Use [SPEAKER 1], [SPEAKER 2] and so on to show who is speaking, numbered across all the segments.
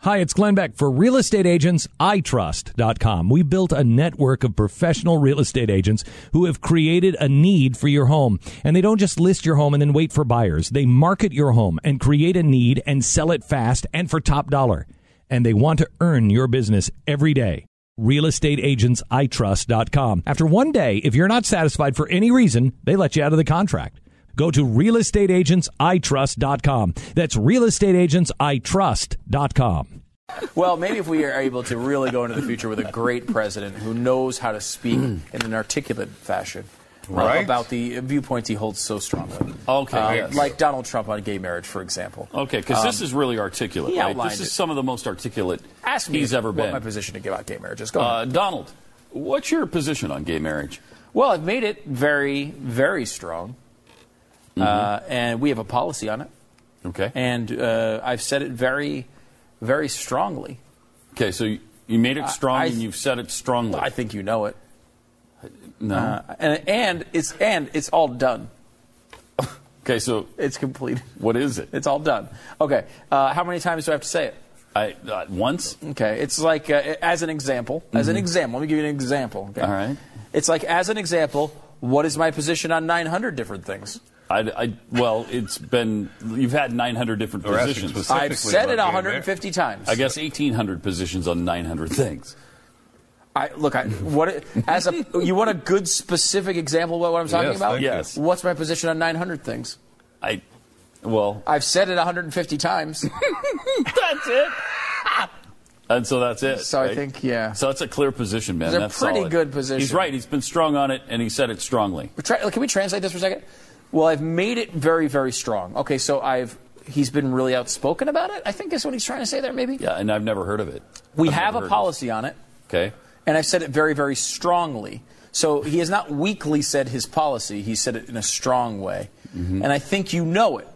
[SPEAKER 1] Hi, it's Glenn Beck for real estate agents I trust.com. We built a network of professional real estate agents who have created a need for your home. And they don't just list your home and then wait for buyers. They market your home and create a need and sell it fast and for top dollar. And they want to earn your business every day realestateagentsitrust.com. After one day, if you're not satisfied for any reason, they let you out of the contract. Go to realestateagentsitrust.com. That's realestateagentsitrust.com.
[SPEAKER 2] Well, maybe if we are able to really go into the future with a great president who knows how to speak in an articulate fashion. uh,
[SPEAKER 3] Right.
[SPEAKER 2] about the viewpoints he holds so strongly.
[SPEAKER 4] Okay,
[SPEAKER 2] Uh,
[SPEAKER 4] yes.
[SPEAKER 2] Like Donald Trump on gay marriage, for example.
[SPEAKER 4] Okay, because this is really articulate.
[SPEAKER 2] Um, he
[SPEAKER 4] right?
[SPEAKER 2] outlined
[SPEAKER 4] This
[SPEAKER 2] it.
[SPEAKER 4] is some of the most articulate
[SPEAKER 2] Ask me
[SPEAKER 4] he's ever
[SPEAKER 2] what
[SPEAKER 4] been.
[SPEAKER 2] my position to about gay marriage is. Go
[SPEAKER 4] uh,
[SPEAKER 2] ahead.
[SPEAKER 4] Donald, what's your position on gay marriage?
[SPEAKER 2] Well, I've made it very, very strong. Uh, and we have a policy on it.
[SPEAKER 4] Okay.
[SPEAKER 2] And uh, I've said it very, very strongly.
[SPEAKER 4] okay, so you, you made it strong
[SPEAKER 2] I-
[SPEAKER 4] and you've said it strongly.
[SPEAKER 2] I think you know it.
[SPEAKER 4] no.
[SPEAKER 2] Uh, and, and it's and it's all done.
[SPEAKER 4] okay, so
[SPEAKER 2] It's complete.
[SPEAKER 4] what is it?
[SPEAKER 2] It's all done. Okay. Uh, how many times do I have to say it?
[SPEAKER 4] I, uh, once?
[SPEAKER 2] Okay. It's like uh, as an example. As an example. Let me give you an example. Okay?
[SPEAKER 4] Mm-hmm. All right.
[SPEAKER 2] It's like as an example. What is my position on 900 different things?
[SPEAKER 4] I, I- well, it's been, you've had 900 different
[SPEAKER 3] We're asking
[SPEAKER 4] positions.
[SPEAKER 3] specific-
[SPEAKER 2] I've
[SPEAKER 3] Technically
[SPEAKER 2] said
[SPEAKER 3] about
[SPEAKER 2] it
[SPEAKER 3] gay
[SPEAKER 2] 150 times.
[SPEAKER 4] I guess 1,800 positions on 900 things.
[SPEAKER 2] I, look, I, what it- as a you want a good specific example of what I'm talking
[SPEAKER 3] Yes,
[SPEAKER 2] about?
[SPEAKER 3] thank
[SPEAKER 4] you. Yes.
[SPEAKER 2] What's my position on 900 things?
[SPEAKER 4] I, well,
[SPEAKER 2] I've said it 150 times,
[SPEAKER 4] that's it. and so that's it.
[SPEAKER 2] so I
[SPEAKER 4] right?
[SPEAKER 2] think yeah.
[SPEAKER 4] So that's a clear position, man.
[SPEAKER 2] It's a
[SPEAKER 4] That's
[SPEAKER 2] pretty
[SPEAKER 4] solid.
[SPEAKER 2] good position.
[SPEAKER 4] He's right. He's been strong on it, and he said it strongly.
[SPEAKER 2] Tra- can we translate this for a second? Well, I've made it very, very strong. Okay, so I've he's been really outspoken about it. I think is what he's trying to say there. Maybe
[SPEAKER 4] Yeah, and I've never heard of it.
[SPEAKER 2] we
[SPEAKER 4] I've
[SPEAKER 2] have
[SPEAKER 4] never
[SPEAKER 2] a
[SPEAKER 4] heard
[SPEAKER 2] policy on it,
[SPEAKER 4] of it. Okay.
[SPEAKER 2] and I've said it very, very strongly. So he has not weakly said his policy. He said it in a strong way, and I think you know it.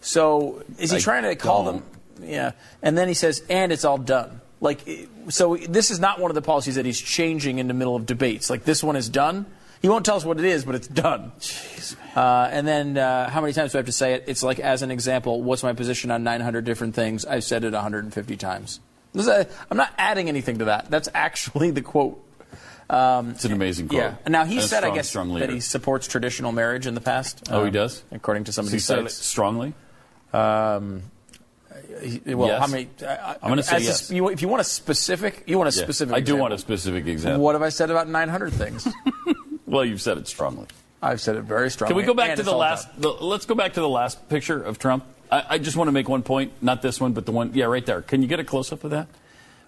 [SPEAKER 2] So is he
[SPEAKER 4] Mm-hmm. I
[SPEAKER 2] trying to call them? Yeah, and then he says, and it's all done. Like, it- so this is not one of the policies that he's changing in the middle of debates. Like this one is done. He won't tell us what it is, but it's done. Uh, and then uh, how many times do I have to say it? It's like, as an example, what's my position on 900 different things? I've said it 150 times. This is a- I'm not adding anything to that. That's actually the quote.
[SPEAKER 4] It's an amazing quote.
[SPEAKER 2] Yeah. Now he
[SPEAKER 4] And a
[SPEAKER 2] said, I
[SPEAKER 4] strong,
[SPEAKER 2] guess,
[SPEAKER 4] strong
[SPEAKER 2] that
[SPEAKER 4] leader.
[SPEAKER 2] he supports traditional marriage in the past.
[SPEAKER 4] Oh, he
[SPEAKER 2] uh,
[SPEAKER 4] does?
[SPEAKER 2] according to some of
[SPEAKER 4] he
[SPEAKER 2] these
[SPEAKER 4] said it
[SPEAKER 2] sites.
[SPEAKER 4] strongly.
[SPEAKER 2] Well,
[SPEAKER 4] Yes.
[SPEAKER 2] how many? I,
[SPEAKER 4] I'm gonna say
[SPEAKER 2] as a
[SPEAKER 4] yes.
[SPEAKER 2] sp- you- if you want a specific, you want a
[SPEAKER 4] Yeah.
[SPEAKER 2] specific.
[SPEAKER 4] I do
[SPEAKER 2] example.
[SPEAKER 4] want a specific example.
[SPEAKER 2] What have I said about 900 things?
[SPEAKER 4] Well, you've said it strongly.
[SPEAKER 2] I've said it very strongly.
[SPEAKER 4] Can we go back
[SPEAKER 2] and
[SPEAKER 4] to
[SPEAKER 2] it's
[SPEAKER 4] the
[SPEAKER 2] all
[SPEAKER 4] last?
[SPEAKER 2] done.
[SPEAKER 4] The, let's go back to the last picture of Trump. I, I just want to make one point, not this one, but the one. Yeah, right there. Can you get a close up of that?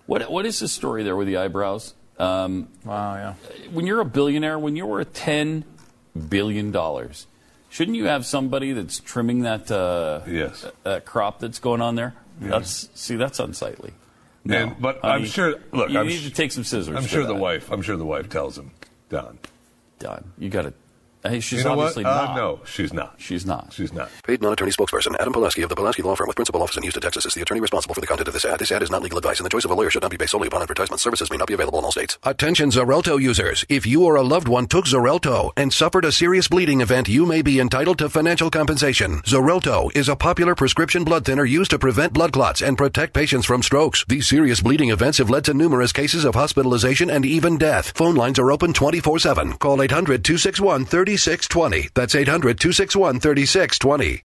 [SPEAKER 4] What What is the story there with the eyebrows? Um,
[SPEAKER 2] Wow, yeah.
[SPEAKER 4] when you're a billionaire, when you're worth ten billion dollars, shouldn't you have somebody that's trimming that uh,
[SPEAKER 3] Yes.
[SPEAKER 4] uh, crop that's going on there? That's see, that's unsightly.
[SPEAKER 3] And- but
[SPEAKER 4] I
[SPEAKER 3] I'm
[SPEAKER 4] mean,
[SPEAKER 3] sure. Look,
[SPEAKER 4] you
[SPEAKER 3] I'm
[SPEAKER 4] need
[SPEAKER 3] sh-
[SPEAKER 4] to take some scissors.
[SPEAKER 3] I'm
[SPEAKER 4] for
[SPEAKER 3] sure the
[SPEAKER 4] that.
[SPEAKER 3] wife. I'm sure the wife tells him, Don.
[SPEAKER 4] Done. You got to. Hey, she's
[SPEAKER 3] You know what?
[SPEAKER 4] obviously
[SPEAKER 3] Uh,
[SPEAKER 4] not.
[SPEAKER 3] no, she's not.
[SPEAKER 4] she's not.
[SPEAKER 3] She's not.
[SPEAKER 5] Paid non-attorney spokesperson Adam Pulaski of the Pulaski Law Firm with principal office in Houston, Texas is the attorney responsible for the content of this ad. This ad is not legal advice and the choice of a lawyer should not be based solely upon advertisement. Services may not be available in all states. Attention Xarelto users. If you or a loved one took Xarelto and suffered a serious bleeding event, you may be entitled to financial compensation. Xarelto is a popular prescription blood thinner used to prevent blood clots and protect patients from strokes. These serious bleeding events have led to numerous cases of hospitalization and even death. Phone lines are open 24-7. Call 800-261-3620. That's 800-261-3620.